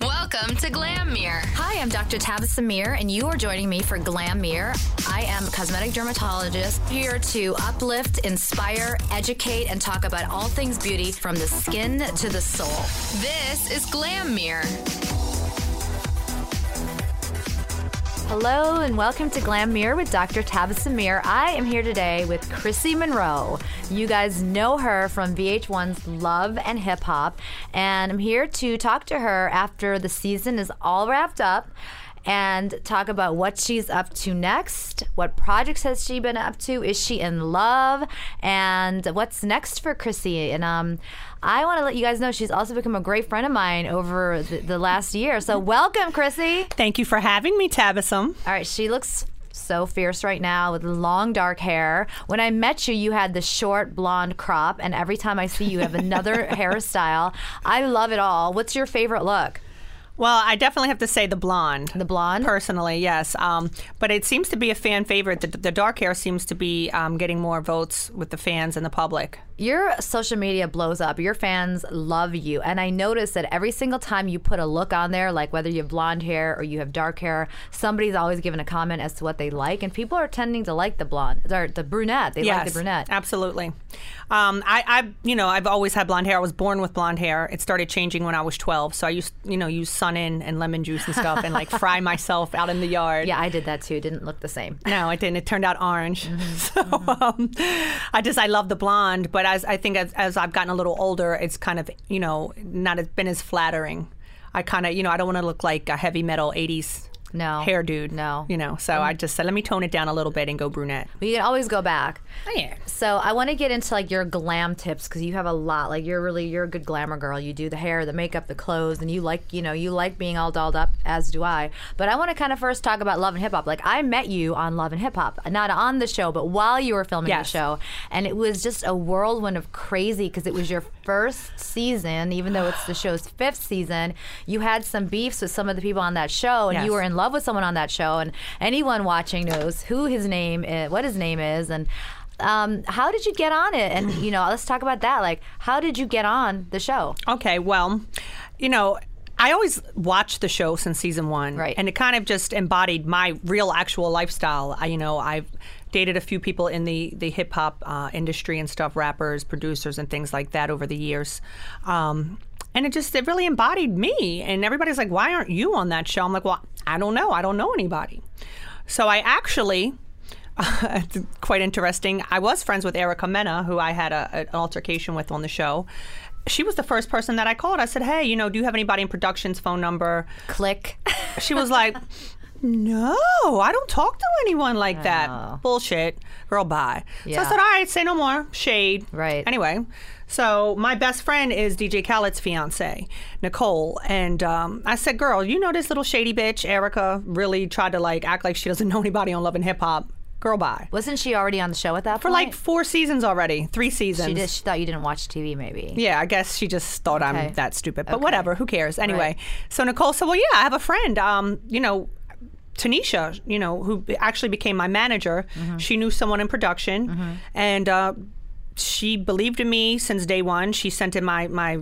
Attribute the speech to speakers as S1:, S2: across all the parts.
S1: Welcome to Glam Mirror.
S2: Hi, I'm Dr. Tabitha Samir, and you are joining me for Glam Mirror. I am a cosmetic dermatologist here to uplift, inspire, educate, and talk about all things beauty from the skin to the soul.
S1: This is Glam Mirror.
S2: Hello and welcome to Glam Mirror with Dr. Tabitha Samir. I am here today with Chrissy Monroe. You guys know her from VH1's Love and Hip Hop, and I'm here to talk to her after the season is all wrapped up and talk about what she's up to next. What projects has she been up to? Is she in love? And what's next for Chrissy? And um, I want to let you guys know she's also become a great friend of mine over the, the last year. So welcome, Chrissy.
S3: Thank you for having me, Tabitha.
S2: All right, she looks so fierce right now with long dark hair. When I met you, you had the short blonde crop, and every time I see you, you have another hairstyle. I love it all. What's your favorite look?
S3: Well, I definitely have to say the blonde.
S2: The blonde?
S3: Personally, yes. Um, but it seems to be a fan favorite. The, the dark hair seems to be um, getting more votes with the fans and the public.
S2: Your social media blows up. Your fans love you. And I notice that every single time you put a look on there, like whether you have blonde hair or you have dark hair, somebody's always giving a comment as to what they like. And people are tending to like the blonde, or the brunette. They like
S3: yes,
S2: the brunette.
S3: absolutely. Um, I, I, you know, I've always had blonde hair. I was born with blonde hair. It started changing when I was 12. So I used, you know, use sun in and lemon juice and stuff and like fry myself out in the yard.
S2: Yeah, I did that too. Didn't look the same.
S3: No, it didn't. It turned out orange.
S2: Mm-hmm.
S3: So um, I just I love the blonde, but as I think as, as I've gotten a little older, it's kind of you know not as, been as flattering. I kind of you know I don't want to look like a heavy metal '80s
S2: No.
S3: hair dude.
S2: No. Mm-hmm.
S3: you know. So I just said let me tone it down a little bit and go brunette.
S2: But you can always go back.
S3: Yeah.
S2: So I want to get into like your glam tips because you have a lot. Like you're really you're a good glamour girl. You do the hair, the makeup, the clothes, and you like you know you like being all dolled up, as do I. But I want to kind of first talk about Love and Hip Hop. Like I met you on Love and Hip Hop, not on the show, but while you were filming
S3: Yes.
S2: the show, and it was just a whirlwind of crazy because it was your first season, even though it's the show's fifth season. You had some beefs with some of the people on that show, and
S3: Yes.
S2: you were in in love with someone on that show, and anyone watching knows who his name is, what his name is, and um, how did you get on it? And you know, let's talk about that. Like, how did you get on the show?
S3: Okay, well, you know, I always watched the show since season one,
S2: Right.
S3: And it kind of just embodied my real, actual lifestyle. I, you know, I've dated a few people in the the hip hop uh, industry and stuff, rappers, producers, and things like that over the years. Um, and it just it really embodied me. And everybody's like, "Why aren't you on that show?" I'm like, "Well, I don't know. I don't know anybody." So I actually it's quite interesting. I was friends with Erica Mena, who I had a, an altercation with on the show. She was the first person that I called. I said, "Hey, you know, do you have anybody in production's phone number?"
S2: Click.
S3: She was like, "No, I don't talk to anyone like that. Bullshit, girl, bye." So
S2: Oh. Yeah.
S3: I said, "All right, say no more. Shade."
S2: Right.
S3: Anyway, so my best friend is DJ Khaled's fiance, Nicole, and um, I said, "Girl, you know this little shady bitch, Erica, really tried to like act like she doesn't know anybody on Love and Hip Hop. Girl, bye."
S2: Wasn't she already on the show at that
S3: for like
S2: point?
S3: four seasons already, three seasons.
S2: she just she thought you didn't watch TV, maybe.
S3: yeah, I guess she just thought
S2: Okay.
S3: I'm that stupid, but
S2: Okay.
S3: whatever, who cares? Anyway,
S2: Right.
S3: so Nicole said, "Well, yeah, I have a friend, um, you know, Tanisha, you know, who be- actually became my manager.
S2: Mm-hmm.
S3: She knew someone in production, and uh, she believed in me since day one. She sent in my my."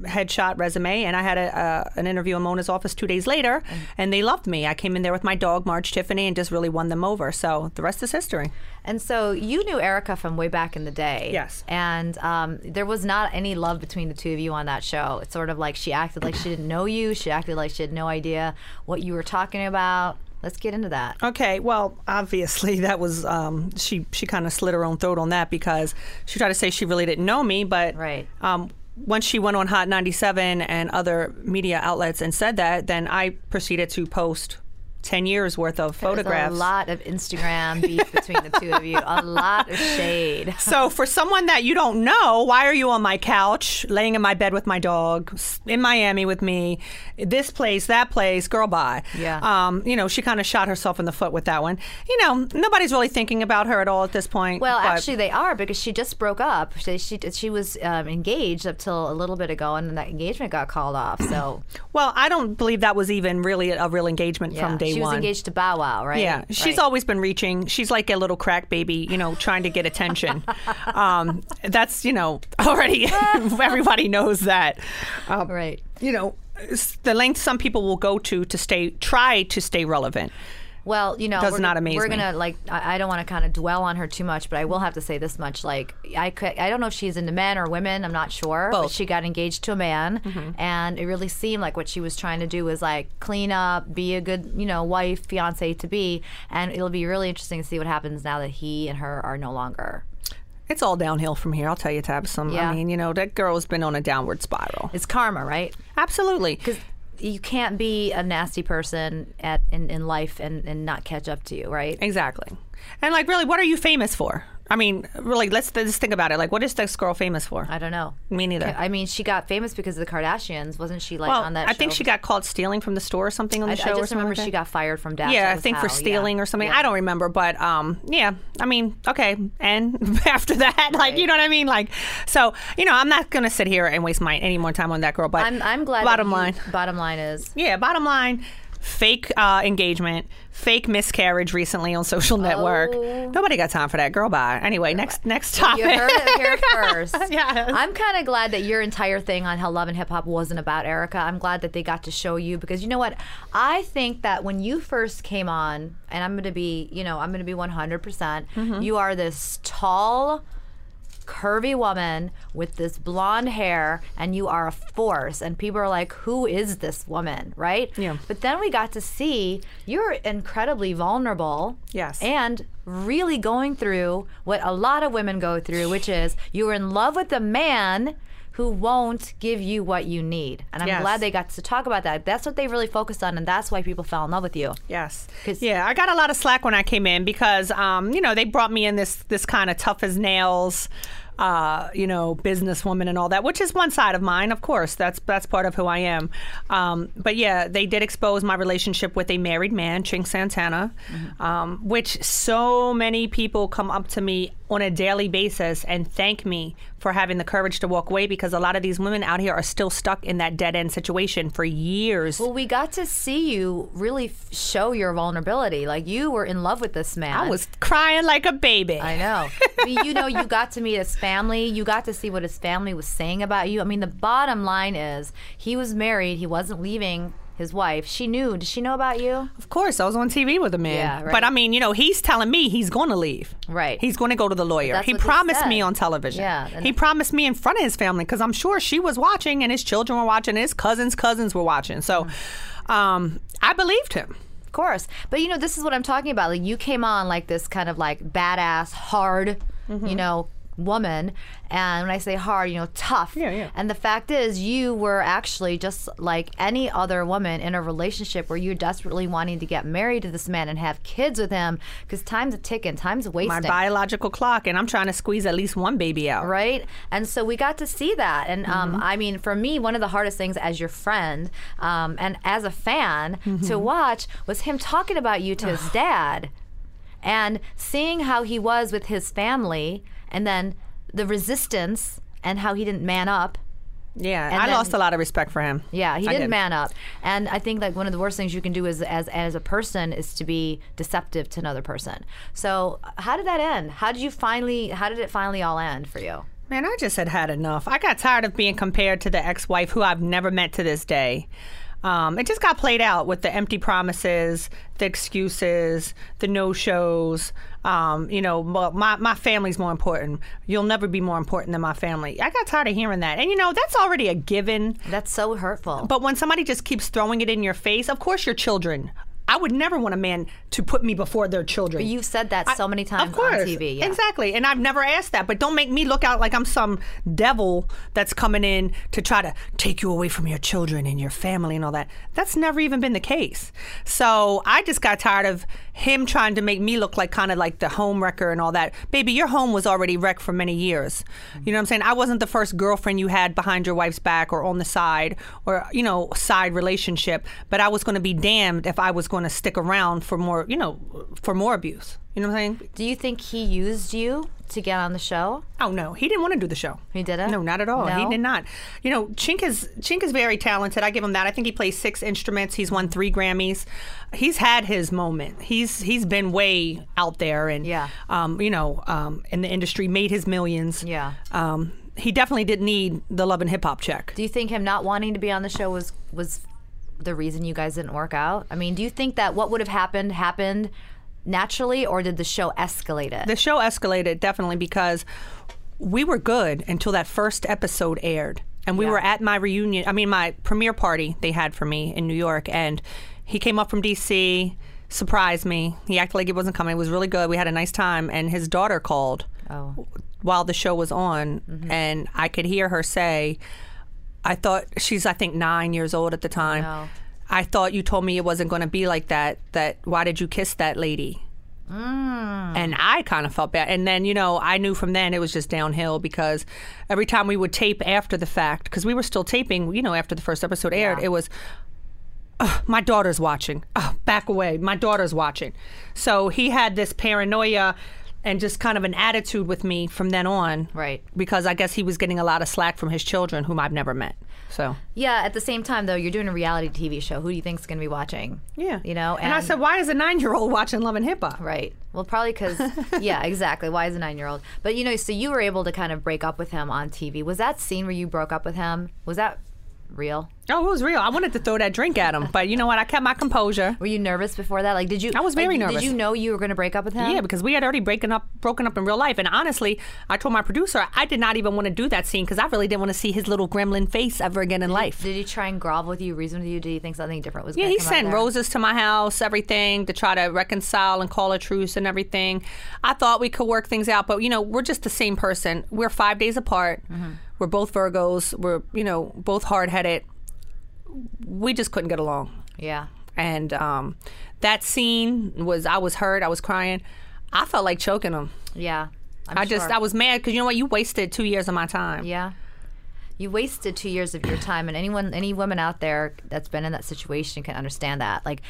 S3: Headshot resume, and I had a, uh, an interview in Mona's office two days later,
S2: Mm.
S3: and they loved me. I came in there with my dog, Marge Tiffany, and just really won them over. So the rest is history.
S2: And so you knew Erica from way back in the day.
S3: Yes.
S2: And um, there was not any love between the two of you on that show. It's sort of like she acted like she didn't know you. She acted like she had no idea what you were talking about. Let's get into that.
S3: Okay, well, obviously that was um, she. She kind of slid her own throat on that because she tried to say she really didn't know me, but
S2: Right.
S3: um, once she went on Hot 97 and other media outlets and said that, then I proceeded to post ten years worth of photographs.
S2: There's a lot of Instagram beef between the two of you. A lot of shade.
S3: So for someone that you don't know, why are you on my couch, laying in my bed with my dog, s- in Miami with me, this place, that place, girl, bye.
S2: Yeah.
S3: Um, you know, she kind of shot herself in the foot with that one. You know, nobody's really thinking about her at all at this point.
S2: Well,
S3: but-
S2: actually, they are because she just broke up. She she, she was um, engaged up till a little bit ago, and then that engagement got called off. So
S3: well, I don't believe that was even really a real engagement
S2: yeah.
S3: from day
S2: she was
S3: one.
S2: engaged to Bow Wow, right?
S3: Yeah, she's
S2: Right.
S3: always been reaching. She's like a little crack baby, you know, trying to get attention. um, that's you know already everybody knows that. Um,
S2: Right.
S3: You know, s- the length some people will go to to stay try to stay relevant.
S2: Well, you know,
S3: Does
S2: we're,
S3: not amaze
S2: we're
S3: me.
S2: gonna like. I, I don't want to kind of dwell on her too much, but I will have to say this much: like, I could, I don't know if she's into men or women. I'm not sure. But
S3: Both. Mm-hmm.
S2: she got engaged to a man, and it really seemed like what she was trying to do was like clean up, be a good, you know, wife, fiance to be, and it'll be really interesting to see what happens now that he and her are no longer.
S3: It's all downhill from here. I'll tell you, Tab. Some,
S2: Yeah.
S3: I mean, you know, that girl's been on a downward spiral.
S2: It's karma, right?
S3: Absolutely.
S2: You can't be a nasty person at in, in life and, and not catch up to you, right?
S3: Exactly. And like, really, what are you famous for? I mean, really, let's just think about it. Like, what is this girl famous for?
S2: I don't know.
S3: Me neither.
S2: I mean, she got famous because of the Kardashians, wasn't she? Like
S3: well,
S2: on that.
S3: I think
S2: show?
S3: she got called stealing from the store or something on the
S2: I,
S3: show.
S2: I
S3: or
S2: just
S3: something
S2: remember
S3: like that.
S2: she got fired from Dash. That
S3: Yeah, I
S2: was
S3: think for
S2: how, yeah.
S3: stealing or something.
S2: Yeah.
S3: I don't remember, but um, yeah. I mean, okay. And after that, like, you know what I mean? Like, so you know, I'm not gonna sit here and waste my any more time on that girl. But
S2: I'm, I'm glad. that
S3: Bottom
S2: you-
S3: line,
S2: Bottom line is.
S3: yeah. Bottom line, fake uh, engagement, fake miscarriage recently on social network. Nobody got time for that. Girl, bye. Anyway, next next topic.
S2: Oh. You heard it here first.
S3: Yes.
S2: I'm kind of glad that your entire thing on how love and hip hop wasn't about Erica. I'm glad that they got to show you because you know what? I think that when you first came on, and I'm going to be, you know, I'm going to be 100%, percent
S3: Mm-hmm.
S2: you are this tall, curvy woman with this blonde hair and you are a force and people are like who is this woman right
S3: Yeah.
S2: but then we got to see you're incredibly vulnerable
S3: Yes.
S2: and really going through what a lot of women go through which is you're in love with a man who won't give you what you need and i'm
S3: Yes.
S2: glad they got to talk about that that's what they really focused on and that's why people fell in love with you
S3: Yes.
S2: 'Cause-
S3: Yeah, I got a lot of slack when I came in because, um, you know, they brought me in this this kind of tough as nails, uh, you know, businesswoman and all that, which is one side of mine, of course. That's that's part of who I am. Um, but yeah, they did expose my relationship with a married man, Ching Santana,
S2: Mm-hmm.
S3: um, which so many people come up to me on a daily basis and thank me for having the courage to walk away because a lot of these women out here are still stuck in that dead end situation for years.
S2: Well, we got to see you really f- show your vulnerability. Like you were in love with this man.
S3: I was crying like a baby.
S2: I know. I mean, you know, you got to meet his family. You got to see what his family was saying about you. I mean, the bottom line is he was married. He wasn't leaving his wife. She knew. Did she know about you?
S3: Of course, I was on TV with a man.
S2: Yeah, right.
S3: But I mean, you know, he's telling me he's going to leave.
S2: Right.
S3: He's going to go to the lawyer.
S2: that's
S3: He
S2: what they
S3: promised
S2: said.
S3: me on television.
S2: Yeah, and-
S3: He promised me in front of his family because I'm sure she was watching and his children were watching, his cousins' cousins were watching. So um, I believed him.
S2: Of course. But you know, this is what I'm talking about. Like you came on like this kind of like badass, hard, you know, woman. And when I say hard, you know, tough.
S3: Yeah, yeah.
S2: And the fact is you were actually just like any other woman in a relationship where you're desperately wanting to get married to this man and have kids with him because time's a ticking, time's wasting.
S3: My biological clock, and I'm trying to squeeze at least one baby out.
S2: right? And so we got to see that. And um, I mean, for me, one of the hardest things as your friend um, and as a fan to watch was him talking about you to his dad and seeing how he was with his family and then the resistance and how he didn't man up.
S3: Yeah,
S2: And
S3: I
S2: then-
S3: lost a lot of respect for him.
S2: Yeah, he
S3: I
S2: didn't
S3: did.
S2: man up. And I think like one of the worst things you can do is as as a person is to be deceptive to another person. So, how did that end? How did you finally how did it finally all end for you?
S3: Man, I just had had enough. I got tired of being compared to the ex wife who I've never met to this day. Um, it just got played out with the empty promises, the excuses, the no shows. Um, you know, well, my, my family's more important. You'll never be more important than my family. I got tired of hearing that. And, you know, that's already a given.
S2: That's so hurtful.
S3: But when somebody just keeps throwing it in your face, of course your children I would never want a man to put me before their children.
S2: You've said that so many times
S3: of course.
S2: on TV. Yeah.
S3: Exactly. And I've never asked that, but don't make me look out like I'm some devil that's coming in to try to take you away from your children and your family and all that. That's never even been the case. So I just got tired of him trying to make me look like kind of like the home wrecker and all that. Baby, your home was already wrecked for many years. You know what I'm saying? I wasn't the first girlfriend you had behind your wife's back or on the side or, you know, side relationship, but I was going to be damned if I was going to stick around for more, you know, for more abuse. You know what I'm saying?
S2: Do you think he used you to get on the show?
S3: Oh no, he didn't want to do the show.
S2: He didn't?
S3: No, not at all. He
S2: No?
S3: did not. You know, Chink is Chink is very talented. I give him that. I think he plays six instruments. He's won three Grammys. He's had his moment. He's he's been way out there and
S2: Yeah.
S3: um, you know, um, in the industry, made his millions.
S2: Yeah.
S3: Um, he definitely didn't need the love and hip hop check.
S2: Do you think him not wanting to be on the show was was the reason you guys didn't work out? I mean, do you think that what would have happened happened naturally, or did the show escalate it?
S3: The show escalated definitely because we were good until that first episode aired. And we were at my reunion, I mean, my premiere party they had for me in New York. And he came up from DC, surprised me. He acted like he wasn't coming. It was really good. We had a nice time. And his daughter called
S2: Oh.
S3: while the show was on. And I could hear her say, I thought she's, I think, nine years old at the time.
S2: no.
S3: I thought you told me it wasn't going to be like that. That why did you kiss that lady? And I kind of felt bad. And then, you know, I knew from then it was just downhill because every time we would tape after the fact, because we were still taping, you know, after the first episode aired, it was, "Ugh, my daughter's watching. Ugh, back away. My daughter's watching. So he had this paranoia and just kind of an attitude with me from then on.
S2: Right.
S3: Because I guess he was getting a lot of slack from his children, whom I've never met. So.
S2: Yeah. At the same time, though, you're doing a reality TV show. Who do you think's going to be watching?
S3: Yeah.
S2: You know.
S3: and, I said, why is a nine year old watching Love and Hip Hop?
S2: Right. Well, probably because, yeah, exactly. Why is a nine year old? But you know, so you were able to kind of break up with him on TV. Was that scene where you broke up with him? Was that real?
S3: Oh, it was real. I wanted to throw that drink at him, but you know what? I kept my composure.
S2: Were you nervous before that? Like, did you?
S3: I was
S2: like,
S3: very
S2: did-
S3: nervous.
S2: Did you know you were going to break up with him?
S3: Yeah, because we had already broken up, broken up in real life. And honestly, I told my producer I did not even want to do that scene because I really didn't want to see his little gremlin face ever again in life.
S2: Did he try and grovel with you, reason with you? Did he think something different was?
S3: Yeah,
S2: gonna
S3: he
S2: come out
S3: sent
S2: there?
S3: roses to my house, everything to try to reconcile and call a truce and everything. I thought we could work things out, but you know, we're just the same person. We're five days apart.
S2: Mm-hmm.
S3: We're both Virgos. We're you know both hard headed. We just couldn't get along.
S2: Yeah.
S3: and um, that scene was I was hurt, I was crying, I felt like choking him.
S2: Yeah. I'm
S3: I just
S2: sure.
S3: I was mad because you know what, you wasted two years of my time.
S2: Yeah. You wasted two years of your time, and anyone, any woman out there that's been in that situation can understand that. Like,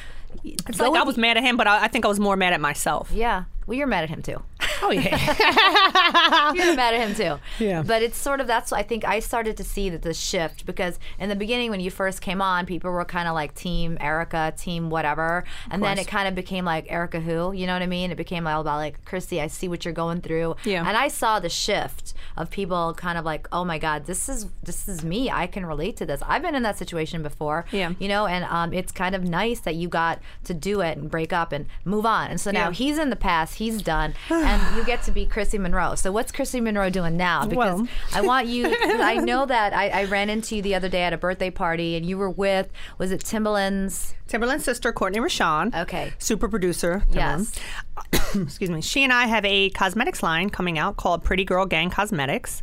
S3: It's like I was mad at him, but I, I think I was more mad at myself.
S2: yeah. Well, you're mad at him too.
S3: Oh yeah,
S2: You're mad at him too.
S3: Yeah.
S2: But it's sort of that's I think I started to see that the shift because in the beginning when you first came on, people were kind of like Team Erica, Team whatever, and then it kind of became like Erica who, you know what I mean? It became all about like Christy, I see what you're going through,
S3: Yeah.
S2: and I saw the shift of people kind of like, oh my God, this is this is me. I can relate to this. I've been in that situation before.
S3: Yeah.
S2: You know, and um, it's kind of nice that you got to do it and break up and move on. And so now
S3: Yeah.
S2: he's in the past, he's done, and you get to be Chrissy Monroe. So what's Chrissy Monroe doing now? Because
S3: Well.
S2: I want you. 'cause I know that I, I ran into you the other day at a birthday party, and you were with was it Timbaland's?
S3: Timberland's sister Courtney Rashawn,
S2: Okay.
S3: super producer. Timberland.
S2: Yes.
S3: excuse me, she and I have a cosmetics line coming out called Pretty Girl Gang Cosmetics.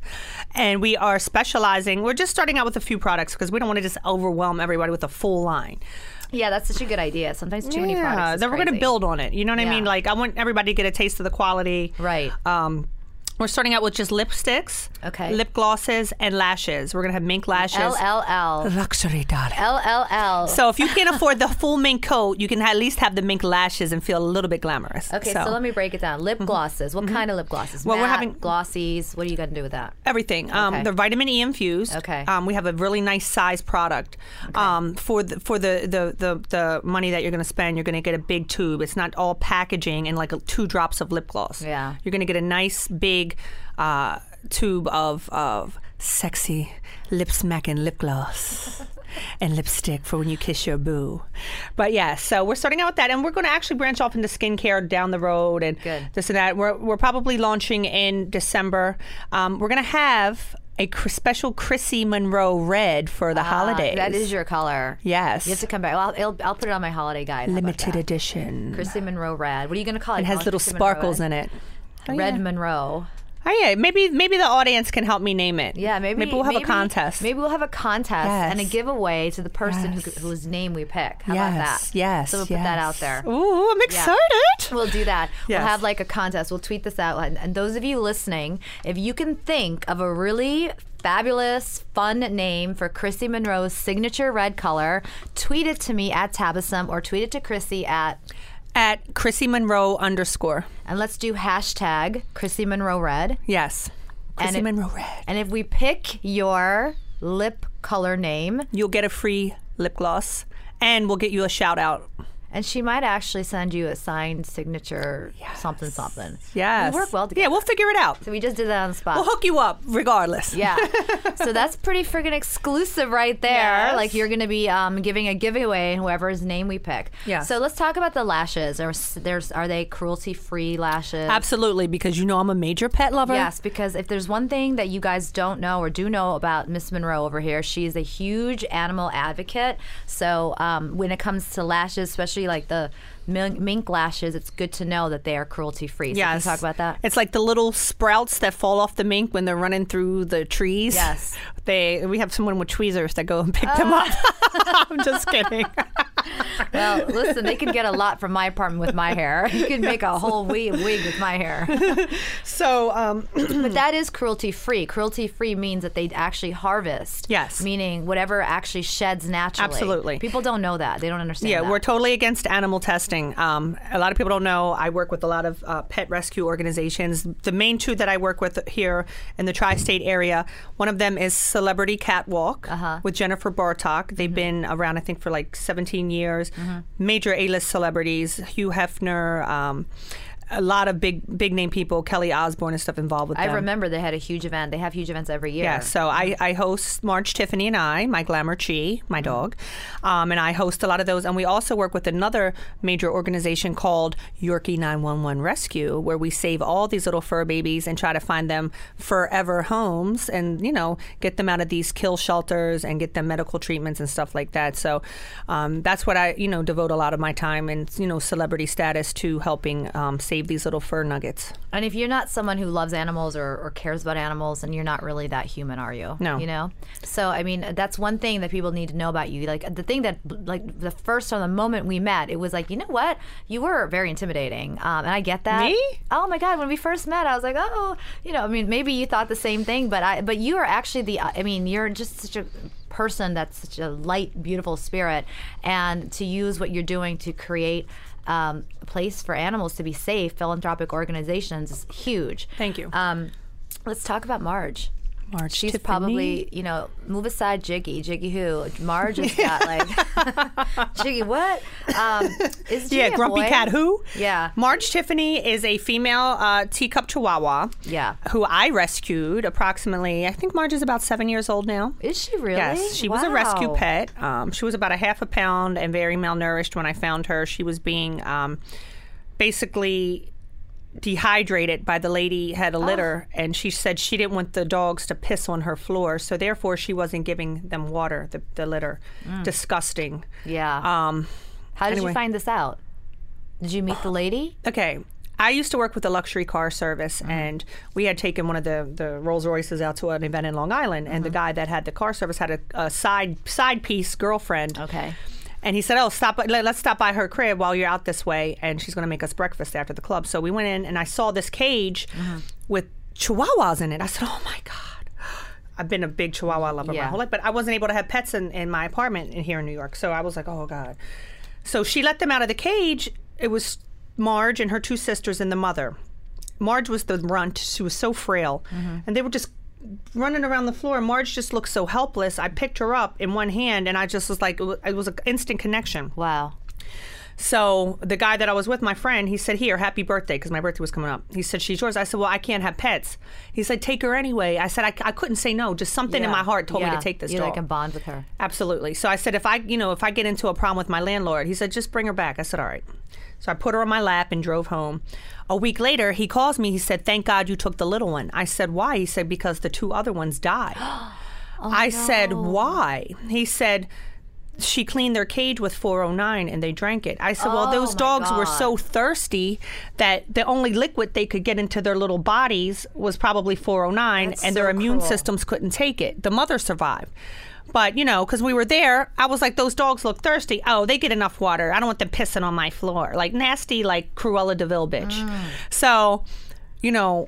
S3: And we are specializing, we're just starting out with a few products because we don't want to just overwhelm everybody with a full line.
S2: Yeah, that's such a good idea. Sometimes too many products. is
S3: then we're going to
S2: crazy.
S3: build on it. You know what I
S2: Yeah.
S3: mean? Like, I want everybody to get a taste of the quality.
S2: Right.
S3: Um, we're starting out with just lipsticks,
S2: Okay.
S3: lip glosses, and lashes. We're going to have mink lashes.
S2: L L L
S3: Luxury, darling.
S2: L L L.
S3: Uh, so if you can't afford the full mink coat, you can at least have the mink lashes and feel a little bit glamorous.
S2: Okay, so, let me break it down. Lip glosses. What kind of lip glosses?
S3: Mm-hmm. Well, we're
S2: Matte,
S3: having-
S2: glossies. What are you going to do with that?
S3: Everything. Um,
S2: Okay.
S3: They're vitamin E infused.
S2: Okay.
S3: Um, we have a really nice size product. Um, for the, for the, the, the, the money that you're going to spend, you're going to get a big tube. It's not all packaging and like a, two drops of lip gloss.
S2: Yeah.
S3: You're going to get a nice big uh, tube of, of sexy lip smacking lip gloss. And lipstick for when you kiss your boo, but yeah. So we're starting out with that, and we're going to actually branch off into skincare down the road, and
S2: Good.
S3: this and that. We're, we're probably launching in December. Um, we're going to have a cr- special Chrissy Monroe red for the holidays.
S2: Ah, Uh, That is your color.
S3: Yes.
S2: You have to come back. Well, I'll, I'll put it on my holiday guide. How about
S3: limited
S2: that?
S3: edition.
S2: Chrissy Monroe red. What are you going to call it?
S3: it has little sparkles in it. Oh,
S2: Red
S3: yeah.
S2: Monroe.
S3: Oh yeah, maybe maybe the audience can help me name it.
S2: Yeah, maybe
S3: maybe we'll have a contest.
S2: Maybe we'll have a contest
S3: Yes.
S2: and a giveaway to the person who,
S3: Yes.
S2: whose name we pick. How about
S3: yes,
S2: that?
S3: yes.
S2: So we'll put that
S3: yes.
S2: out there.
S3: Ooh, I'm
S2: Yeah.
S3: excited.
S2: We'll do that.
S3: Yes.
S2: We'll have like a contest. We'll tweet this out. And, and those of you listening, if you can think of a really fabulous, fun name for Chrissy Monroe's signature red color, tweet it to me at Tabasum or tweet it to Chrissy at,
S3: At Chrissy Monroe underscore.
S2: and let's do hashtag Chrissy Monroe Red.
S3: Yes.
S2: And
S3: Chrissy
S2: it-
S3: Monroe red.
S2: And if we pick your lip color name,
S3: You'll get a free lip gloss, and we'll get you a shout out.
S2: and she might actually send you a signed signature something something.
S3: Yes.
S2: We work well together.
S3: Yeah, we'll figure it out.
S2: So we just did that on the spot.
S3: We'll hook you up regardless.
S2: Yeah. so that's pretty freaking exclusive right there.
S3: Yes.
S2: Like you're going to be um, giving a giveaway in whoever's name we pick.
S3: Yeah.
S2: So let's talk about the lashes. Are, s- there's, are they cruelty free lashes?
S3: Absolutely, because you know I'm a major pet lover.
S2: Yes, because if there's one thing that you guys don't know or do know about Miss Monroe over here, she is a huge animal advocate. So um, when it comes to lashes, especially like the min- mink lashes, it's good to know that they are cruelty free. So
S3: Yes.
S2: can you talk about that?
S3: It's like the little sprouts that fall off the mink when they're running through the trees.
S2: Yes. Oh.
S3: They we have someone with tweezers that go and pick them up. I'm just kidding.
S2: Well, listen, they can get a lot from my apartment with my hair. You can make a whole wig, wig with my hair.
S3: So um,
S2: But that is cruelty free. Cruelty free means that they actually harvest.
S3: Yes.
S2: Meaning whatever actually sheds naturally.
S3: Absolutely.
S2: People don't know that. They don't understand
S3: yeah,
S2: that.
S3: we're totally against animal testing. Um, a lot of people don't know. I work with a lot of uh, pet rescue organizations. The main two that I work with here in the tri-state area, one of them is Celebrity Catwalk with Jennifer Bartok. They've been around, I think, for like 17 years. Major A-list celebrities, Hugh Hefner. Um, a lot of big, big name people, Kelly Osbourne and stuff involved with
S2: I
S3: them.
S2: remember they had a huge event. They have huge events every year.
S3: Yeah, so I, I host March Tiffany and I, my glamour chi,
S2: Mm-hmm.
S3: my dog, um, and I host a lot of those. And we also work with another major organization called Yorkie 911 Rescue, where we save all these little fur babies and try to find them forever homes and, you know, get them out of these kill shelters and get them medical treatments and stuff like that. So um, that's what I, you know, devote a lot of my time and, you know, celebrity status to helping um, save these little fur nuggets.
S2: And if you're not someone who loves animals or, or cares about animals, and you're not really that human, are you?
S3: No.
S2: You know. So I mean, that's one thing that people need to know about you. Like the thing that, like the first on the moment we met, it was like, you know what? You were very intimidating, um, and I get that.
S3: Me?
S2: Oh my God! When we first met, I was like, oh, you know, I mean, maybe you thought the same thing, but I, but you are actually the. I mean, you're just such a person that's such a light, beautiful spirit, and to use what you're doing to create um, a place for animals to be safe, philanthropic organizations is huge.
S3: Thank you.
S2: Um, let's talk about Marge.
S3: Marge
S2: She's
S3: Tiffany.
S2: probably, you know, move aside Jiggy. Jiggy who? Marge has got like, Jiggy what? Um, is Jiggy
S3: Yeah,
S2: a
S3: Grumpy
S2: boy?
S3: Cat Who?
S2: Yeah.
S3: Marge Tiffany is a female uh, teacup chihuahua.
S2: Yeah.
S3: Who I rescued approximately, I think Marge is about seven years old now.
S2: Is she really?
S3: Yes, she was a rescue
S2: Wow.
S3: pet. Um, she was about a half a pound and very malnourished when I found her. She was being um, basically dehydrated by the lady had a
S2: Oh.
S3: litter and she said she didn't want the dogs to piss on her floor so therefore she wasn't giving them water the, the litter
S2: Mm.
S3: disgusting
S2: Yeah.
S3: um,
S2: How did
S3: anyway.
S2: you find this out? Did you meet the lady?
S3: okay. I used to work with a luxury car service,
S2: Mm-hmm.
S3: and we had taken one of the, the Rolls Royces out to an event in Long Island,
S2: Mm-hmm.
S3: and the guy that had the car service had a, a side side piece girlfriend.
S2: Okay.
S3: And he said, "Oh, stop! by- Let, let's stop by her crib while you're out this way, and she's going to make us breakfast after the club." So we went in, and I saw this cage
S2: Mm-hmm.
S3: with chihuahuas in it. I said, "Oh my god!" I've been a big chihuahua lover my
S2: Yeah.
S3: whole life, but I wasn't able to have pets in, in my apartment in, here in New York. So I was like, "Oh god!" So she let them out of the cage. It was Marge and her two sisters and the mother. Marge was the runt. She was so frail.
S2: Mm-hmm.
S3: And they were just running around the floor. Marge just looked so helpless. I picked her up in one hand and I just was like, it was, it was an instant connection.
S2: Wow.
S3: So the guy that I was with, my friend, he said, "Here, happy birthday," because my birthday was coming up. He said, "She's yours." I said, "Well, I can't have pets." He said, "Take her anyway." I said, "I, I couldn't say no. Just something in
S2: Yeah.
S3: my heart told me
S2: Yeah.
S3: to take this
S2: You
S3: dog."
S2: like a bond with her.
S3: Absolutely. So I said, if I, you know, if I get into a problem with my landlord, he said, just bring her back. I said, all right. So I put her on my lap and drove home. A week later, he calls me. He said, thank God you took the little one. I said, why? He said, because the two other ones died. I said, why? He said, she cleaned their cage with 409 and they drank it. I said, well, those dogs were so thirsty that the only liquid they could get into their little bodies was probably 409 and their immune systems couldn't take it. The mother survived. But, you know, because we were there, I was like, those dogs look thirsty. Oh, they get enough water. I don't want them pissing on my floor. Like, nasty, like Cruella DeVille bitch. So, you know,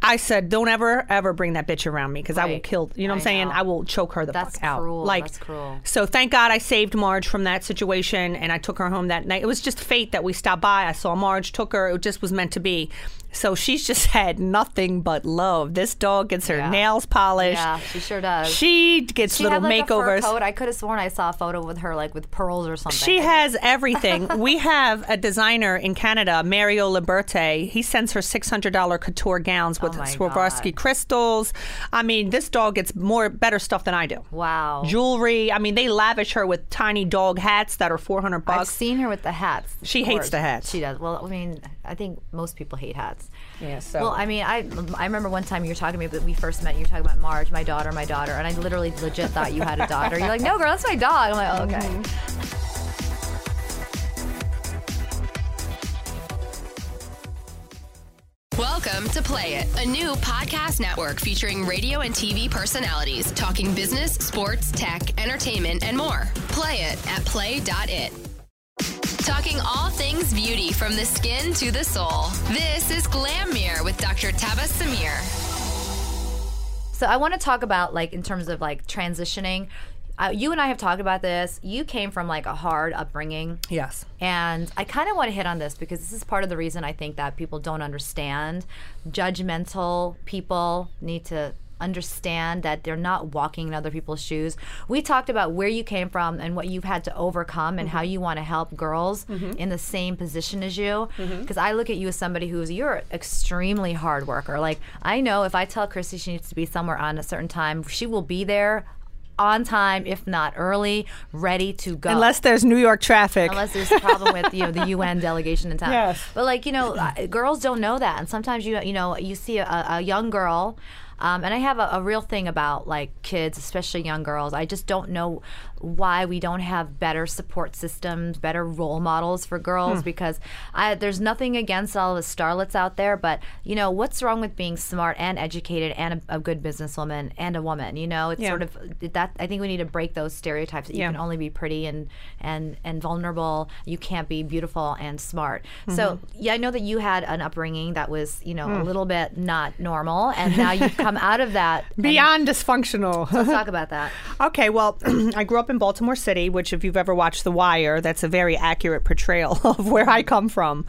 S3: I said, don't ever, ever bring that bitch around me because I will
S2: Right.
S3: kill, you know what I'm
S2: I
S3: saying?
S2: know.
S3: I will choke her the
S2: That's
S3: fuck out.
S2: cruel.
S3: Like,
S2: That's cruel.
S3: so thank God I saved Marge from that situation and I took her home that night. It was just fate that we stopped by. I saw Marge, took her. It just was meant to be. So she's just had nothing but love. This dog gets her
S2: Yeah.
S3: nails polished.
S2: Yeah, she sure does.
S3: She gets
S2: She
S3: little
S2: had, like,
S3: makeovers.
S2: A fur coat. I could have sworn I saw a photo with her like with pearls or something.
S3: She has everything. we have a designer in Canada, Mario Liberte. He sends her $600 couture gowns with
S2: Oh my
S3: Swarovski crystals. I mean, this dog gets more better stuff than I do.
S2: wow.
S3: Jewelry. I mean, they lavish her with tiny dog hats that are 400
S2: I've
S3: bucks.
S2: seen her with the hats. of
S3: She hates
S2: course.
S3: the hats.
S2: She does. Well, I mean, I think most people hate hats.
S3: Yeah, so-
S2: Well, I mean, I I remember one time you were talking to me, but we first met. You were talking about Marge, my daughter, my daughter, and I literally legit thought you had a daughter. You're like, no, girl, that's my dog. I'm like, oh, okay.
S3: Mm-hmm.
S1: Welcome to Play It, a new podcast network featuring radio and TV personalities talking business, sports, tech, entertainment, and more. Play it at play.it. Talking all things beauty from the skin to the soul. This is Glam Mirror with Dr. Taba Samir.
S2: So I want to talk about like in terms of like transitioning. Uh, you and I have talked about this. You came from like a hard upbringing.
S3: Yes.
S2: And I kind of want to hit on this because this is part of the reason I think that people don't understand. Judgmental people need to understand that they're not walking in other people's shoes. We talked about where you came from and what you've had to overcome and how you want to help girls in the same position as you. Because I look at you as somebody who's you're an extremely hard worker. Like I know if I tell Christy she needs to be somewhere on a certain time, she will be there on time, if not early, ready to go
S3: Unless there's New York
S2: Oh.
S3: traffic.
S2: unless there's a problem with you know the UN delegation in town.
S3: Yes.
S2: But like you know, uh, girls don't know that, and sometimes you you know you see a, a young girl. Um, and I have a, a real thing about like kids, especially young girls. I just don't know why we don't have better support systems, better role models for
S3: Hmm.
S2: girls. Because I, there's nothing against all the starlets out there, but you know what's wrong with being smart and educated and a, a good businesswoman and a woman? You know, it's
S3: Yeah.
S2: sort of that. I think we need to break those stereotypes that you
S3: Yeah.
S2: can only be pretty and and and vulnerable. You can't be beautiful and smart.
S3: Mm-hmm.
S2: So yeah, I know that you had an upbringing that was you know
S3: Mm.
S2: a little bit not normal, and now you've come out of that.
S3: Beyond dysfunctional.
S2: Let's talk about that.
S3: Okay, well, I grew up in Baltimore City, which, if you've ever watched The Wire, that's a very accurate portrayal of where I come from.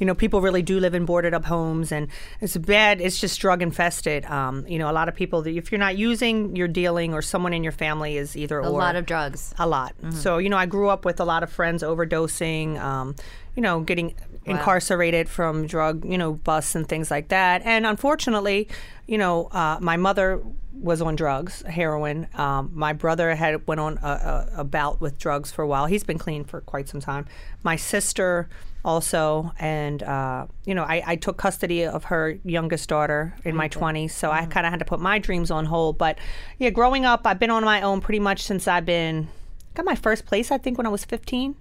S3: You know, people really do live in boarded up homes, and it's bad. It's just drug infested. Um, you know, a lot of people that if you're not using, you're dealing, or someone in your family is either
S2: A
S3: or
S2: lot of drugs.
S3: a lot. So you know, I grew up with a lot of friends overdosing, um, you know, getting incarcerated from drug, you know, busts and things like that. And unfortunately, you know, uh, my mother was on drugs, heroin. Um, my brother had went on a, a, a bout with drugs for a while. He's been clean for quite some time. My sister also, and uh, you know, I, I took custody of her youngest daughter in my 20s, so I kind of had to put my dreams on hold. But yeah, growing up, I've been on my own pretty much since I've been got my first place I think when I was 15.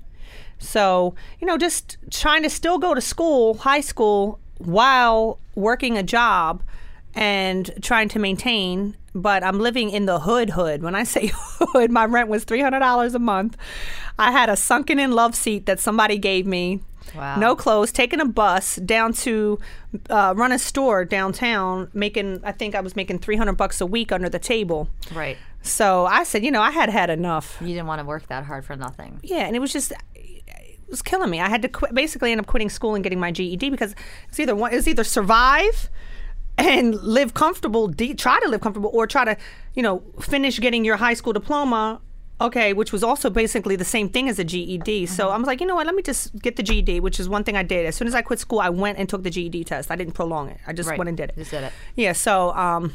S3: So, you know, just trying to still go to school, high school while working a job and trying to maintain, but I'm living in the hood hood. When I say hood, my rent was $300 a month. I had a sunken in love seat that somebody gave me.
S2: Wow.
S3: No clothes, taking a bus down to uh, run a store downtown, making, I think I was making 300 bucks a week under the table.
S2: Right.
S3: So I said, you know, I had had enough.
S2: You didn't want to work that hard for nothing.
S3: Yeah, and it was just it was killing me. I had to quit, basically end up quitting school and getting my GED because it's either one, it's either survive and live comfortable, de- try to live comfortable, or try to you know finish getting your high school diploma Okay, which was also basically the same thing as a GED.
S2: Mm-hmm.
S3: So I was like, you know what? Let me just get the GED, which is one thing I did. As soon as I quit school, I went and took the GED test. I didn't prolong it. I just
S2: Right.
S3: went and did it.
S2: Just did it.
S3: Yeah. So um,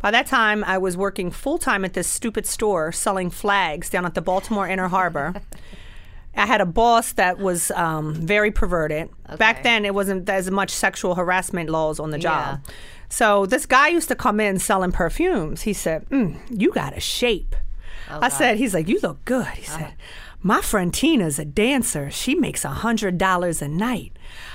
S3: by that time, I was working full time at this stupid store selling flags down at the Baltimore Inner Harbor. I had a boss that was um, very perverted.
S2: Okay.
S3: Back then, it wasn't as much sexual harassment laws on the job.
S2: Yeah.
S3: So this guy used to come in selling perfumes. He said, mm, "You got a shape."
S2: Oh,
S3: I said, "He's like, you look good." He
S2: Uh-huh.
S3: said, "My friend Tina's a dancer. She makes a hundred dollars a night."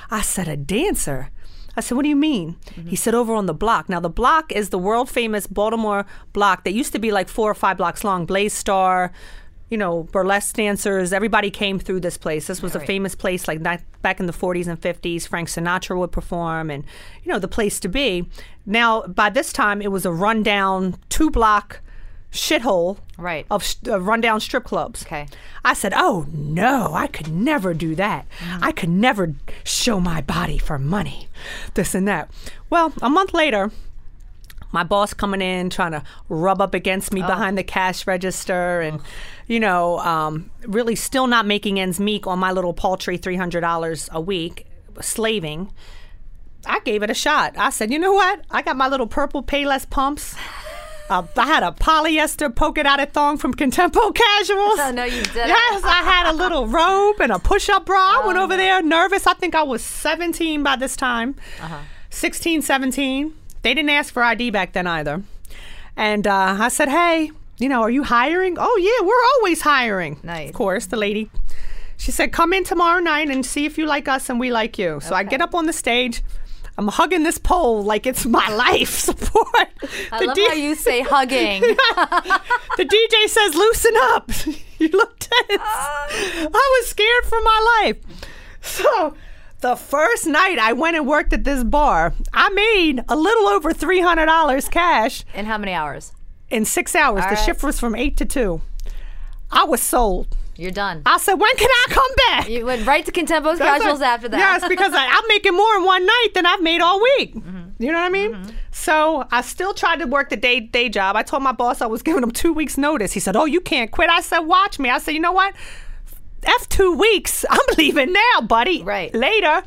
S3: I said, "A dancer." I said, "What do you mean?"
S2: Mm-hmm.
S3: He said, "Over on the block." Now the block is the world famous Baltimore block that used to be like four or five blocks long. Blaze Star. You know, burlesque dancers, everybody came through this place. This was a famous place like ni- back in the 40s and 50s. Frank Sinatra would perform and, you know, the place to be. Now, by this time, it was a rundown two block shithole
S2: Right.
S3: of sh- uh, rundown strip clubs.
S2: Okay.
S3: I said, "Oh no, I could never do that. I could never show my body for money, this and that." Well, a month later, my boss coming in trying to rub up against me behind the cash register, and you know, um, really still not making ends meet on my little paltry three hundred dollars a week, slaving. I gave it a shot. I said, you know what? I got my little purple Payless pumps. Uh, I had a polyester polka dotted thong from Contempo Casuals.
S2: No, no, you didn't.
S3: Yes, I had a little robe and a push-up bra. I
S2: Oh,
S3: went over there nervous. I think I was 17 by this time.
S2: Uh-huh.
S3: uh 16, 17. They didn't ask for ID back then either. And uh, I said, hey, you know, are you hiring? Oh, yeah, we're always hiring.
S2: Nice.
S3: Of course, the lady. She said, come in tomorrow night and see if you like us and we like you. So I get up on the stage. I'm hugging this pole like it's my life support.
S2: I
S3: The
S2: love
S3: D-
S2: how you say hugging.
S3: the DJ says, "Loosen up." you look tense.
S2: Oh.
S3: I was scared for my life. So, the first night I went and worked at this bar, I made a little over three hundred dollars cash
S2: In how many hours?
S3: in six hours. the
S2: right.
S3: shift was from eight to two. I was sold.
S2: You're done.
S3: I said, "When can I come back?"
S2: you went right to Contempo's
S3: That's
S2: Casuals
S3: it.
S2: after that.
S3: Yes, because I, I'm making more in one night than I've made all week.
S2: Mm-hmm.
S3: You know what I mean? So I still tried to work the day day job. I told my boss I was giving him two weeks notice. He said, "Oh, you can't quit." I said, "Watch me." I said, "You know what?" F two weeks. I'm leaving now, buddy.
S2: Right. Mm-hmm.
S3: Later.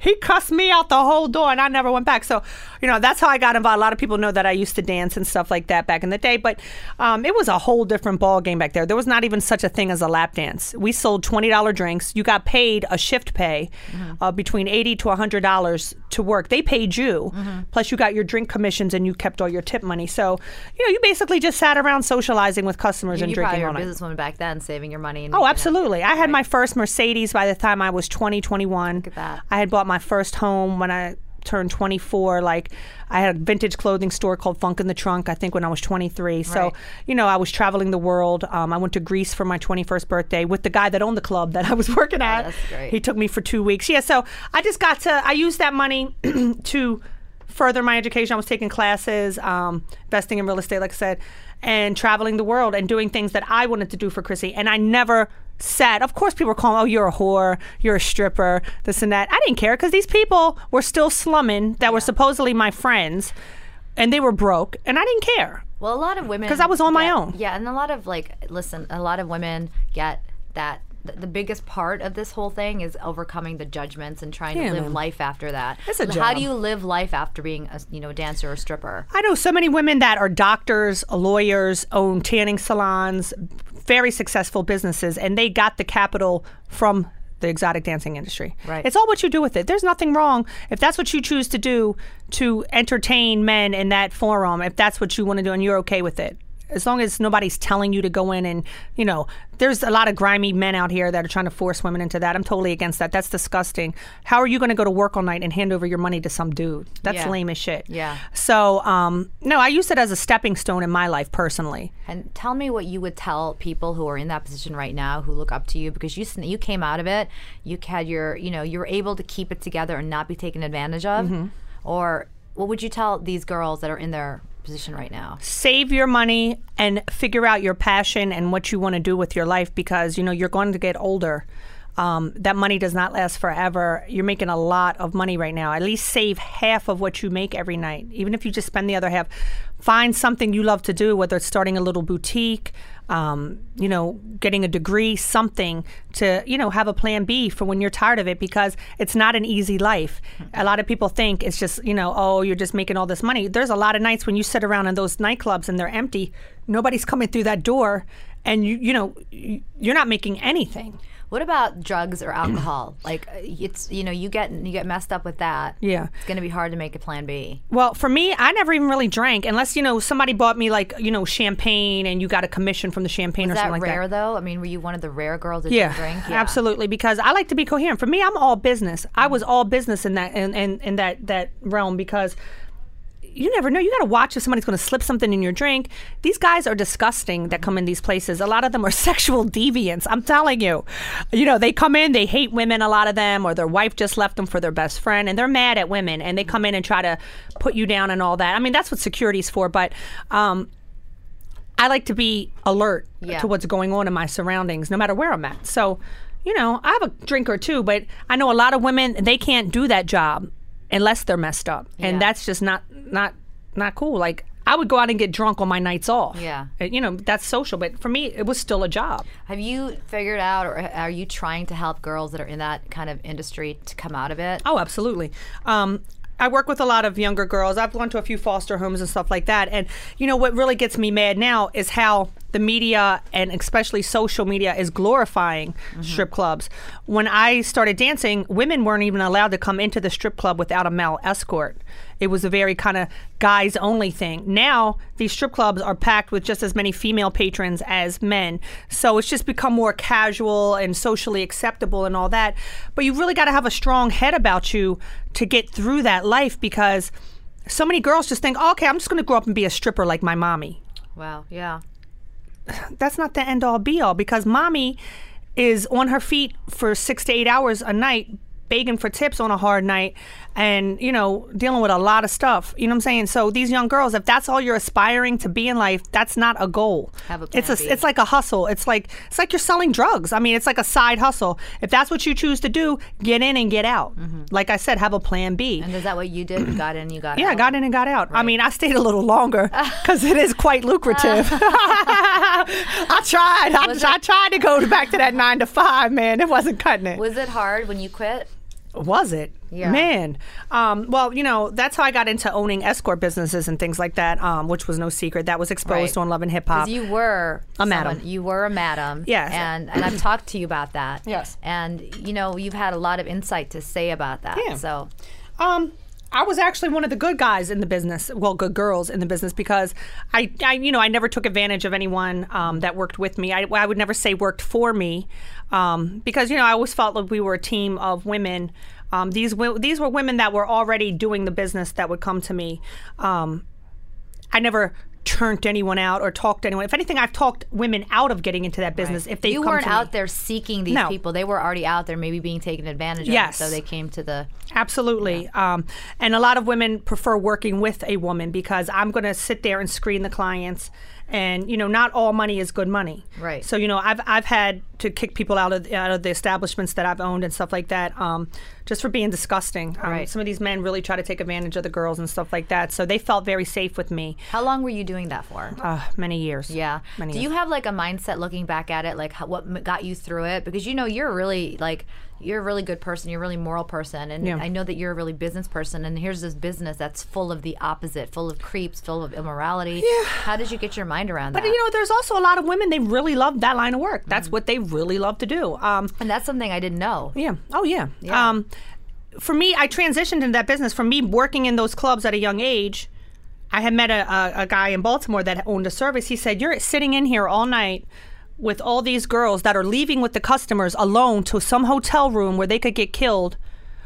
S3: He cussed me out the whole door and I never went back. So, you know, that's how I got involved. A lot of people know that I used to dance and stuff like that back in the day, but um, it was a whole different ball game back there. There was not even such a thing as a lap dance. We sold twenty dollar drinks. You got paid a shift pay
S2: Mm-hmm.
S3: uh, between eighty to hundred dollars to work. They paid you.
S2: Mm-hmm.
S3: Plus you got your drink commissions and you kept all your tip money. So, you know, you basically just sat around socializing with customers and
S2: you
S3: drinking
S2: probably were
S3: all
S2: a
S3: night.
S2: businesswoman back then, saving your money. And
S3: Oh,
S2: making it.
S3: absolutely. I had my first Mercedes by the time I was 20, 21. Look
S2: at that.
S3: I had bought my first home when I turned 24. Like, I had a vintage clothing store called Funk in the Trunk, I think, when I was 23.
S2: Right.
S3: So, you know, I was traveling the world. Um, I went to Greece for my 21st birthday with the guy that owned the club that I was working at.
S2: that's great.
S3: He took me for two weeks. Yeah, so I just got to, I used that money to further my education. I was taking classes, um, investing in real estate, like I said, and traveling the world and doing things that I wanted to do for Chrissy. And I never said, of course, people were calling, oh, you're a whore, you're a stripper, this and that. I didn't care because these people were still slumming that were supposedly my friends and they were broke and I didn't care.
S2: Well, a lot of women
S3: 'Cause I was on my
S2: get-
S3: own.
S2: Yeah, and a lot of like, listen, a lot of women get that. th- The biggest part of this whole thing is overcoming the judgments and trying
S3: Yeah,
S2: to live
S3: man.
S2: life after that.
S3: It's a
S2: How
S3: job.
S2: do you live life after being a you know dancer or stripper?
S3: I know so many women that are doctors, lawyers, own tanning salons, very successful businesses, and they got the capital from the exotic dancing industry.
S2: Right.
S3: It's all what you do with it. There's nothing wrong if that's what you choose to do to entertain men in that forum. If that's what you want to do and you're okay with it. As long as nobody's telling you to go in and, you know, there's a lot of grimy men out here that are trying to force women into that. I'm totally against that. That's disgusting. How are you going to go to work all night and hand over your money to some dude? That's
S2: Yeah.
S3: lame as shit.
S2: Yeah.
S3: So, um, no, I use it as a stepping stone in my life personally.
S2: And tell me what you would tell people who are in that position right now, who look up to you, because you sn- you came out of it, you had your you know you were able to keep it together and not be taken advantage of,
S3: Mm-hmm.
S2: or what would you tell these girls that are in their position right now?
S3: Save your money and figure out your passion and what you want to do with your life because, you know, you're going to get older. Um, that money does not last forever. You're making a lot of money right now. At least save half of what you make every night, even if you just spend the other half. Find something you love to do, whether it's starting a little boutique, um, you know, getting a degree, something to, you know, have a plan B for when you're tired of it because it's not an easy life. A lot of people think it's just, you know, oh, you're just making all this money. There's a lot of nights when you sit around in those nightclubs and they're empty, nobody's coming through that door, and you, you know, y- you're not making anything.
S2: What about drugs or alcohol? like uh, it's you know you get you get messed up with that.
S3: Yeah.
S2: it's going to be hard to make a plan B.
S3: Well, for me, I never even really drank unless, you know, somebody bought me like, you know, champagne and you got a commission from the champagne or
S2: Is that
S3: something like
S2: rare
S3: that.
S2: though? I mean, were you one of the rare girls that
S3: yeah,
S2: didn't drink?
S3: absolutely. Because I like to be coherent. For me, I'm all business. I
S2: Mm-hmm.
S3: was all business in that in, in, in that that realm because you never know. You got to watch if somebody's going to slip something in your drink. These guys are disgusting that come in these places. A lot of them are sexual deviants. I'm telling you. You know, they come in, they hate women, a lot of them, or their wife just left them for their best friend, and they're mad at women, and they come in and try to put you down and all that. I mean, that's what security's for, but um, I like to be alert
S2: Yeah.
S3: to what's going on in my surroundings, no matter where I'm at. So, you know, I have a drink or two, but I know a lot of women they can't do that job unless they're messed up,
S2: Yeah.
S3: and that's just not not not cool. Like I would go out and get drunk on my nights off.
S2: Yeah.
S3: Uh, you know that's social, but for me it was still a job.
S2: Have you figured out, or uh, are you trying to help girls that are in that kind of industry to come out of it?
S3: Oh, absolutely. Um, I work with a lot of younger girls. I've gone to a few foster homes and stuff like that. And you know what really gets me mad now is how the media and especially social media is glorifying strip clubs. When I started dancing, women weren't even allowed to come into the strip club without a male escort. It was a very kind of guys only thing. Now these strip clubs are packed with just as many female patrons as men. So it's just become more casual and socially acceptable and all that. But you really got to have a strong head about you to get through that life because so many girls just think, oh, okay, I'm just going to grow up and be a stripper like my mommy.
S2: Wow. Yeah.
S3: That's not the end all be all because mommy is on her feet for six to eight hours a night begging for tips on a hard night and you know dealing with a lot of stuff you know what i'm saying so these young girls if that's all you're aspiring to be in life that's not a goal
S2: Have a
S3: it's
S2: plan B.
S3: a it's like a hustle it's like it's like you're selling drugs i mean it's like a side hustle if that's what you choose to do get in and get out like i said have a plan b
S2: Mm-hmm. And is that what you did? You got in, you got
S3: yeah,
S2: out.
S3: I got in and got out. I mean, I stayed a little longer because it is quite lucrative. I tried. I,
S2: Was
S3: I
S2: it-
S3: tried to go back to that nine to five, man. It wasn't cutting it.
S2: Was it hard when you quit?
S3: Was it?
S2: Yeah.
S3: Man. Um, well, you know, that's how I got into owning escort businesses and things like that, um, which was no secret. That was exposed
S2: Right.
S3: on Love and Hip
S2: 'Cause
S3: Hop.
S2: You were
S3: Uh, A madam.
S2: someone- You were a madam.
S3: Yes.
S2: And and I've talked to you about that.
S3: Yes.
S2: And you know you've had a lot of insight to say about that.
S3: Yeah.
S2: So
S3: Um, I was actually one of the good guys in the business. Well, good girls in the business because I, I you know, I never took advantage of anyone um, that worked with me. I, I would never say worked for me um, because you know I always felt like we were a team of women. Um, these wo- these were women that were already doing the business that would come to me. Um, I never turned anyone out or talked to anyone. If anything, I've talked women out of getting into that business if they
S2: you
S3: come
S2: weren't
S3: to me.
S2: out there seeking these
S3: No.
S2: people. They were already out there, maybe being taken advantage of.
S3: Yes.
S2: So they came to the.
S3: Absolutely. Um, and a lot of women prefer working with a woman because I'm going to sit there and screen the clients. And, you know, not all money is good money.
S2: Right.
S3: So, you know, I've, I've had to kick people out of, out of the establishments that I've owned and stuff like that um, just for being disgusting. Um,
S2: Right.
S3: Some of these men really try to take advantage of the girls and stuff like that. So they felt very safe with me
S2: How long were you doing that for?
S3: uh, many years.
S2: Yeah.
S3: Many
S2: Do
S3: years.
S2: you have like a mindset looking back at it, like how, what m- got you through it? Because you know you're really like you're a really good person, you're a really moral person, and
S3: Yeah.
S2: I know that you're a really business person. And here's this business that's full of the opposite, full of creeps, full of immorality. Yeah. How did you get your mind around that?
S3: you know, there's also a lot of women, they really love that line of work. That's
S2: Mm-hmm.
S3: what they really love to do. Um,
S2: and that's something I didn't know.
S3: Yeah. Oh, yeah. Um, for me, I transitioned into that business. From me working in those clubs at a young age, I had met a, a, a guy in Baltimore that owned a service. He said, "You're sitting in here all night." With all these girls that are leaving with the customers alone to some hotel room where they could get killed,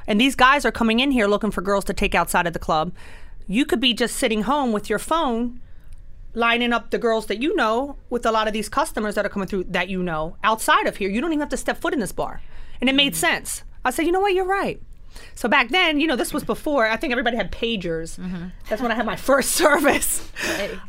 S3: and these guys are coming in here looking for girls to take outside of the club. You could be just sitting home with your phone, lining up the girls that you know with a lot of these customers that are coming through that you know outside of here. You don't even have to step foot in this bar. And it made sense. I said, you know what, you're right. So back then, you know, this was before, I think everybody had pagers. That's when I had my first service.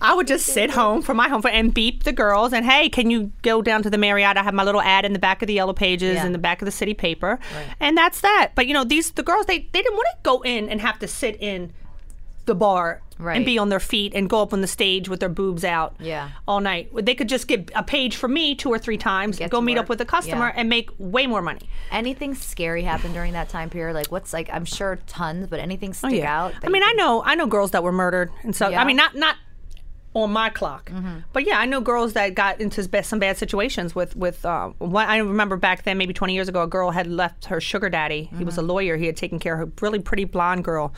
S3: I would just sit home from my home phone and beep the girls and, hey, can you go down to the Marriott? I have my little ad in the back of the Yellow Pages,
S2: Yeah.
S3: in the back of the city paper. And that's that. But, you know, these, the girls, they, they didn't want to go in and have to sit in the bar
S2: Right.
S3: and be on their feet and go up on the stage with their boobs out
S2: Yeah.
S3: all night. They could just get a page from me two or three times,
S2: Get
S3: go
S2: to
S3: meet
S2: work.
S3: up with a customer,
S2: Yeah.
S3: and make way more money.
S2: Anything scary happened during that time period? Like what's like I'm sure tons, but anything stick out? that
S3: Oh, I
S2: you
S3: mean, I
S2: think-
S3: know I know girls that were murdered and stuff.
S2: Yeah. Mm-hmm.
S3: I mean, not not on my clock, but yeah, I know girls that got into ba- some bad situations with with. Uh, one, I remember back then, maybe twenty years ago, a girl had left her sugar daddy. He was a
S2: Mm-hmm.
S3: lawyer. He had taken care of a really pretty blonde girl.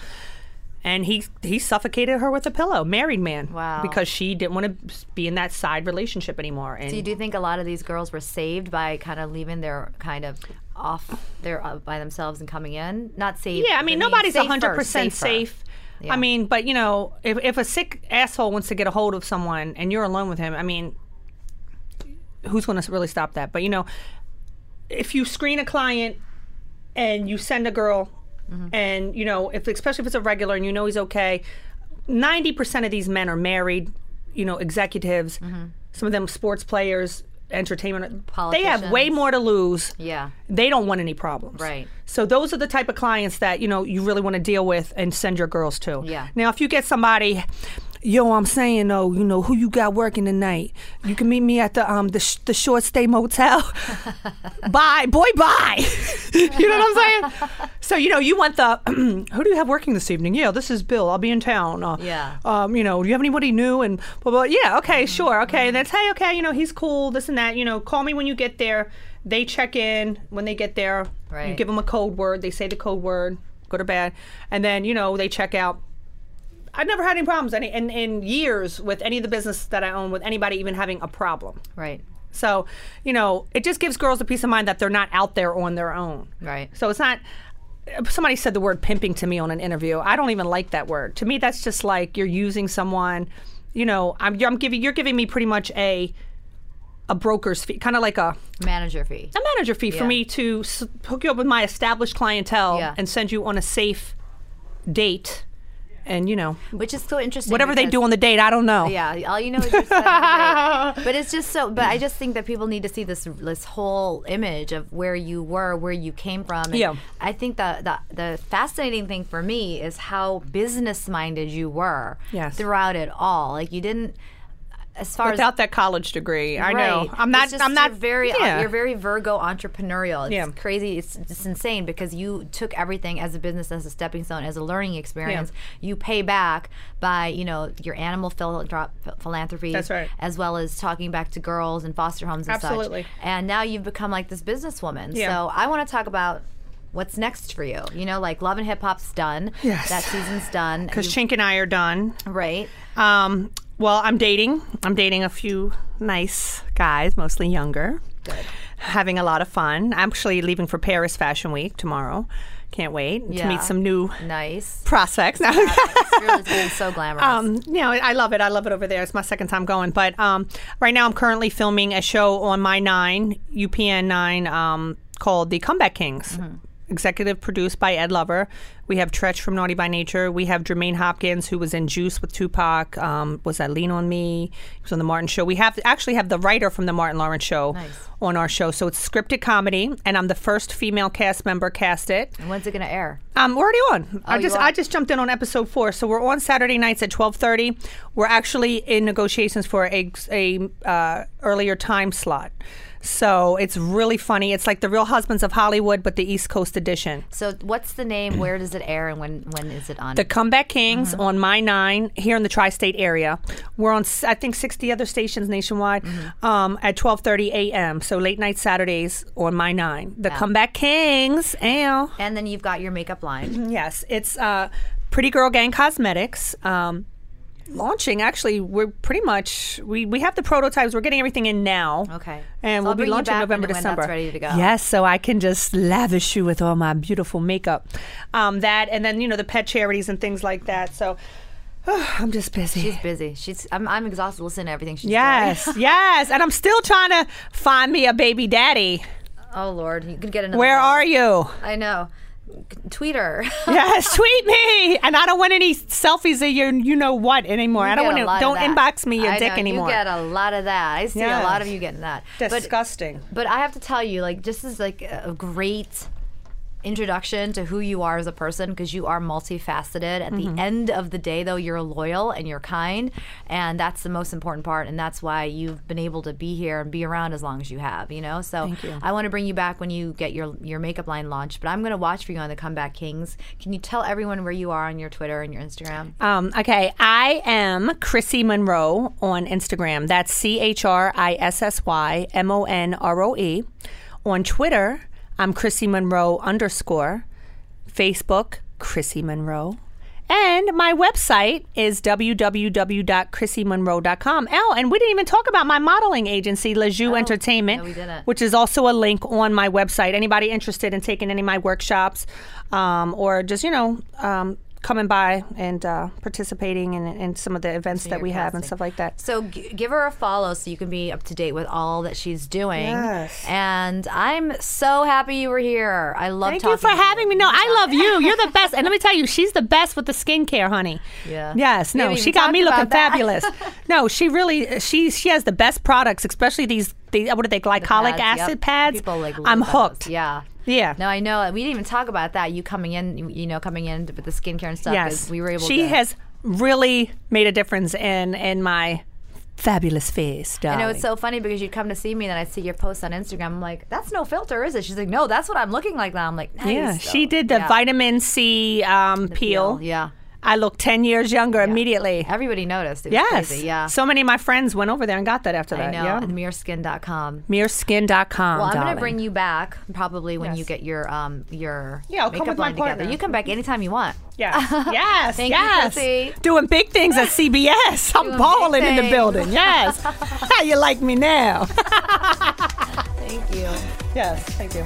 S3: And he he suffocated her with a pillow, married man.
S2: Wow.
S3: Because she didn't want to be in that side relationship anymore. And
S2: Do you do think a lot of these girls were saved by kind of leaving their kind of off their uh, by themselves and coming in? Not saved.
S3: Yeah, I mean, nobody's a hundred percent safe.
S2: Yeah.
S3: I mean, but you know, if if a sick asshole wants to get a hold of someone and you're alone with him, I mean, who's going to really stop that? But you know, if you screen a client and you send a girl, and you know, if especially if it's a regular and you know he's okay, ninety percent of these men are married. You know, executives, some of them sports players, entertainment. They have way
S2: Politicians.
S3: more to lose
S2: Yeah.
S3: they don't want any problems.
S2: Right.
S3: So those are the type of clients that, you know, you really want to deal with and send your girls to.
S2: Yeah.
S3: Now if you get somebody Yo, I'm saying though, you know who you got working tonight. You can meet me at the um the, sh- the short stay motel. bye, boy, bye. you know what I'm saying? So you know you want the who do you have working this evening? Yeah, this is Bill. I'll be in town. Uh,
S2: Yeah.
S3: Um, you know, do you have anybody new? And blah blah. Yeah. Okay. Sure. Okay. And that's hey. Okay. You know, he's cool. This and that. You know, call me when you get there. They check in when they get there. You
S2: Right.
S3: give them a code word. They say the code word, good or bad, and then you know they check out. I've never had any problems any in, in years with any of the business that I own with anybody even having a problem.
S2: Right.
S3: So, you know, it just gives girls a peace of mind that they're not out there on their own.
S2: Right.
S3: So it's not. Somebody said the word pimping to me on an interview. I don't even like that word. To me, that's just like you're using someone. You know, I'm, I'm giving you're giving me pretty much a a broker's fee, kind of like a
S2: Manager fee.
S3: a manager fee
S2: Yeah.
S3: for me to s- hook you up with my established clientele
S2: Yeah.
S3: and send you on a safe date. And you know,
S2: Which is so interesting.
S3: whatever they
S2: because-
S3: do on the date, I don't know.
S2: Yeah, all you know is you're set up great. But it's just so. But I just think that people need to see this this whole image of where you were, where you came from. And
S3: Yeah.
S2: I think the, the the fascinating thing for me is how business minded you were.
S3: Yes.
S2: Throughout it all, like you didn't. As far as
S3: Without that college degree, I know.
S2: Right.
S3: I'm not.
S2: It's just
S3: I'm not
S2: You're very. uh,
S3: yeah.
S2: You're very Virgo entrepreneurial. It's
S3: Yeah.
S2: crazy. It's, it's insane because you took everything as a business, as a stepping stone, as a learning experience. You pay back by you know your animal philanthrop- philanthropy.
S3: That's right.
S2: As well as talking back to girls and foster homes and
S3: Absolutely.
S2: such. And now you've become like this businesswoman.
S3: Yeah.
S2: So I want to talk about. What's next for you? You know, like Love and Hip Hop's done.
S3: Yes.
S2: That season's done.
S3: Because
S2: You-
S3: Chink and I are done.
S2: right.
S3: Um, well, I'm dating. I'm dating a few nice guys, mostly younger. Good. Having a lot of fun. I'm actually leaving for Paris Fashion Week tomorrow. Can't wait to
S2: Yeah.
S3: meet some new
S2: Nice.
S3: prospects. No.
S2: it's really been so glamorous.
S3: Um, you know, I love it. I love it over there. It's my second time going. But um, right now, I'm currently filming a show on my nine, UPN nine, um, called The Comeback Kings. Executive produced by Ed Lover. We have Tretch from Naughty by Nature. We have Jermaine Hopkins, who was in Juice with Tupac. Um, was that Lean on Me? He was on the Martin Show. We have actually have the writer from the Martin Lawrence Show on our show. So it's scripted comedy, and I'm the first female cast member cast it.
S2: When's it going to air?
S3: Um, we're already on. I
S2: Oh, you
S3: just
S2: are?
S3: I just jumped in on episode four, so we're on Saturday nights at twelve thirty. We're actually in negotiations for a a uh, earlier time slot, so it's really funny. It's like the Real Husbands of Hollywood, but the East Coast edition.
S2: So what's the name? Where does it air? And when when is it on?
S3: The Comeback Kings
S2: Mm-hmm.
S3: on My Nine here in the tri-state area. We're on s- I think sixty other stations nationwide
S2: Mm-hmm.
S3: um, at twelve thirty a.m. So late night Saturdays on My Nine. The Comeback Kings. Ow.
S2: and then you've got your makeup line.
S3: Yes, it's uh, Pretty Girl Gang Cosmetics. Um, launching actually, we're pretty much we, we have the prototypes. We're getting everything in now.
S2: Okay.
S3: and
S2: So I'll
S3: we'll be
S2: bring you
S3: launching
S2: back
S3: November
S2: when- when that's
S3: December.
S2: ready to go.
S3: Yes, so I can just lavish you with all my beautiful makeup. Um, that and then you know the pet charities and things like that. So I'm just busy.
S2: She's busy. She's I'm, I'm exhausted listening to everything she's
S3: yes, yes, and I'm still trying to find me a baby daddy.
S2: doing. Oh Lord, you could get another.
S3: Where
S2: job.
S3: are you?
S2: I know. tweet her.
S3: yes, tweet me. And I don't want any selfies of your you know what anymore. I don't
S2: get
S3: want
S2: a
S3: to.
S2: lot of
S3: Don't
S2: that.
S3: inbox me your
S2: I
S3: dick
S2: know,
S3: anymore.
S2: You get a lot of that. I see a lot of you getting that. But-
S3: Disgusting.
S2: But, I have to tell you, like, this is like a great introduction to who you are as a person because you are multifaceted. At the end of the day, though, you're loyal and you're kind, and that's the most important part. And that's why you've been able to be here and be around as long as you have. You know, so I want to bring you back when you get your your makeup line launched. But I'm going to watch for you on the Comeback Kings. Can you tell everyone where you are on your Twitter and your Instagram?
S3: Um, okay, I am Chrissy Monroe on Instagram. That's C H R I S S Y M O N R O E. On Twitter, I'm Chrissy Monroe underscore. Facebook, Chrissy Monroe. And my website is www.chrissymonroe.com. Oh, and we didn't even talk about my modeling agency, Lejeune Entertainment,
S2: Oh, no, we didn't.
S3: which is also a link on my website. Anybody interested in taking any of my workshops um, or just, you know, um, coming by and uh, participating in, in some of the events that we have and stuff like that.
S2: So g- give her a follow so you can be up to date with all that she's doing.
S3: Yes.
S2: And I'm so happy you were here. I love
S3: Thank you
S2: talking
S3: for
S2: to
S3: having me. No, I love you. You're the best. And let me tell you, she's the best with the skincare, honey.
S2: Yeah.
S3: Yes.
S2: We
S3: No,
S2: haven't
S3: she
S2: even
S3: got me
S2: talked
S3: looking
S2: about that.
S3: fabulous. no, she really she she has the best products, especially these, these what are they glycolic
S2: pads,
S3: acid
S2: yep.
S3: pads.
S2: People like
S3: I'm
S2: lose those.
S3: hooked.
S2: Yeah.
S3: Yeah.
S2: No, I know. We didn't even talk about that. You coming in, you know, coming in with the skincare and stuff. 'cause
S3: Yes.
S2: We were able
S3: She
S2: to.
S3: has really made a difference in in my fabulous face.
S2: I
S3: Darling.
S2: know it's so funny because you'd come to see me and then I'd see your post on Instagram. I'm like, that's no filter, is it? She's like, no, that's what I'm looking like now. I'm like, nice.
S3: Yeah, she
S2: So,
S3: did the
S2: yeah.
S3: vitamin C um, peel.
S2: Yeah.
S3: I look 10 years younger immediately.
S2: Everybody noticed. It was
S3: Yes.
S2: Crazy. Yeah.
S3: So many of my friends went over there and got that after
S2: I
S3: that.
S2: know.
S3: Yeah.
S2: And Mirskin.com.
S3: Mearskin.com.
S2: Well, I'm
S3: going
S2: gonna bring you back probably when you get your um your
S3: Yeah, I'll come
S2: makeup
S3: with my
S2: line together.
S3: partner.
S2: You come back anytime you want.
S3: Yes. Yes.
S2: Thank you,
S3: yes.
S2: Chrissy.
S3: Doing big things at CBS. I'm
S2: big
S3: balling in the
S2: things.
S3: building. Yes. How you like me now?
S2: Thank you.
S3: yes. Thank you.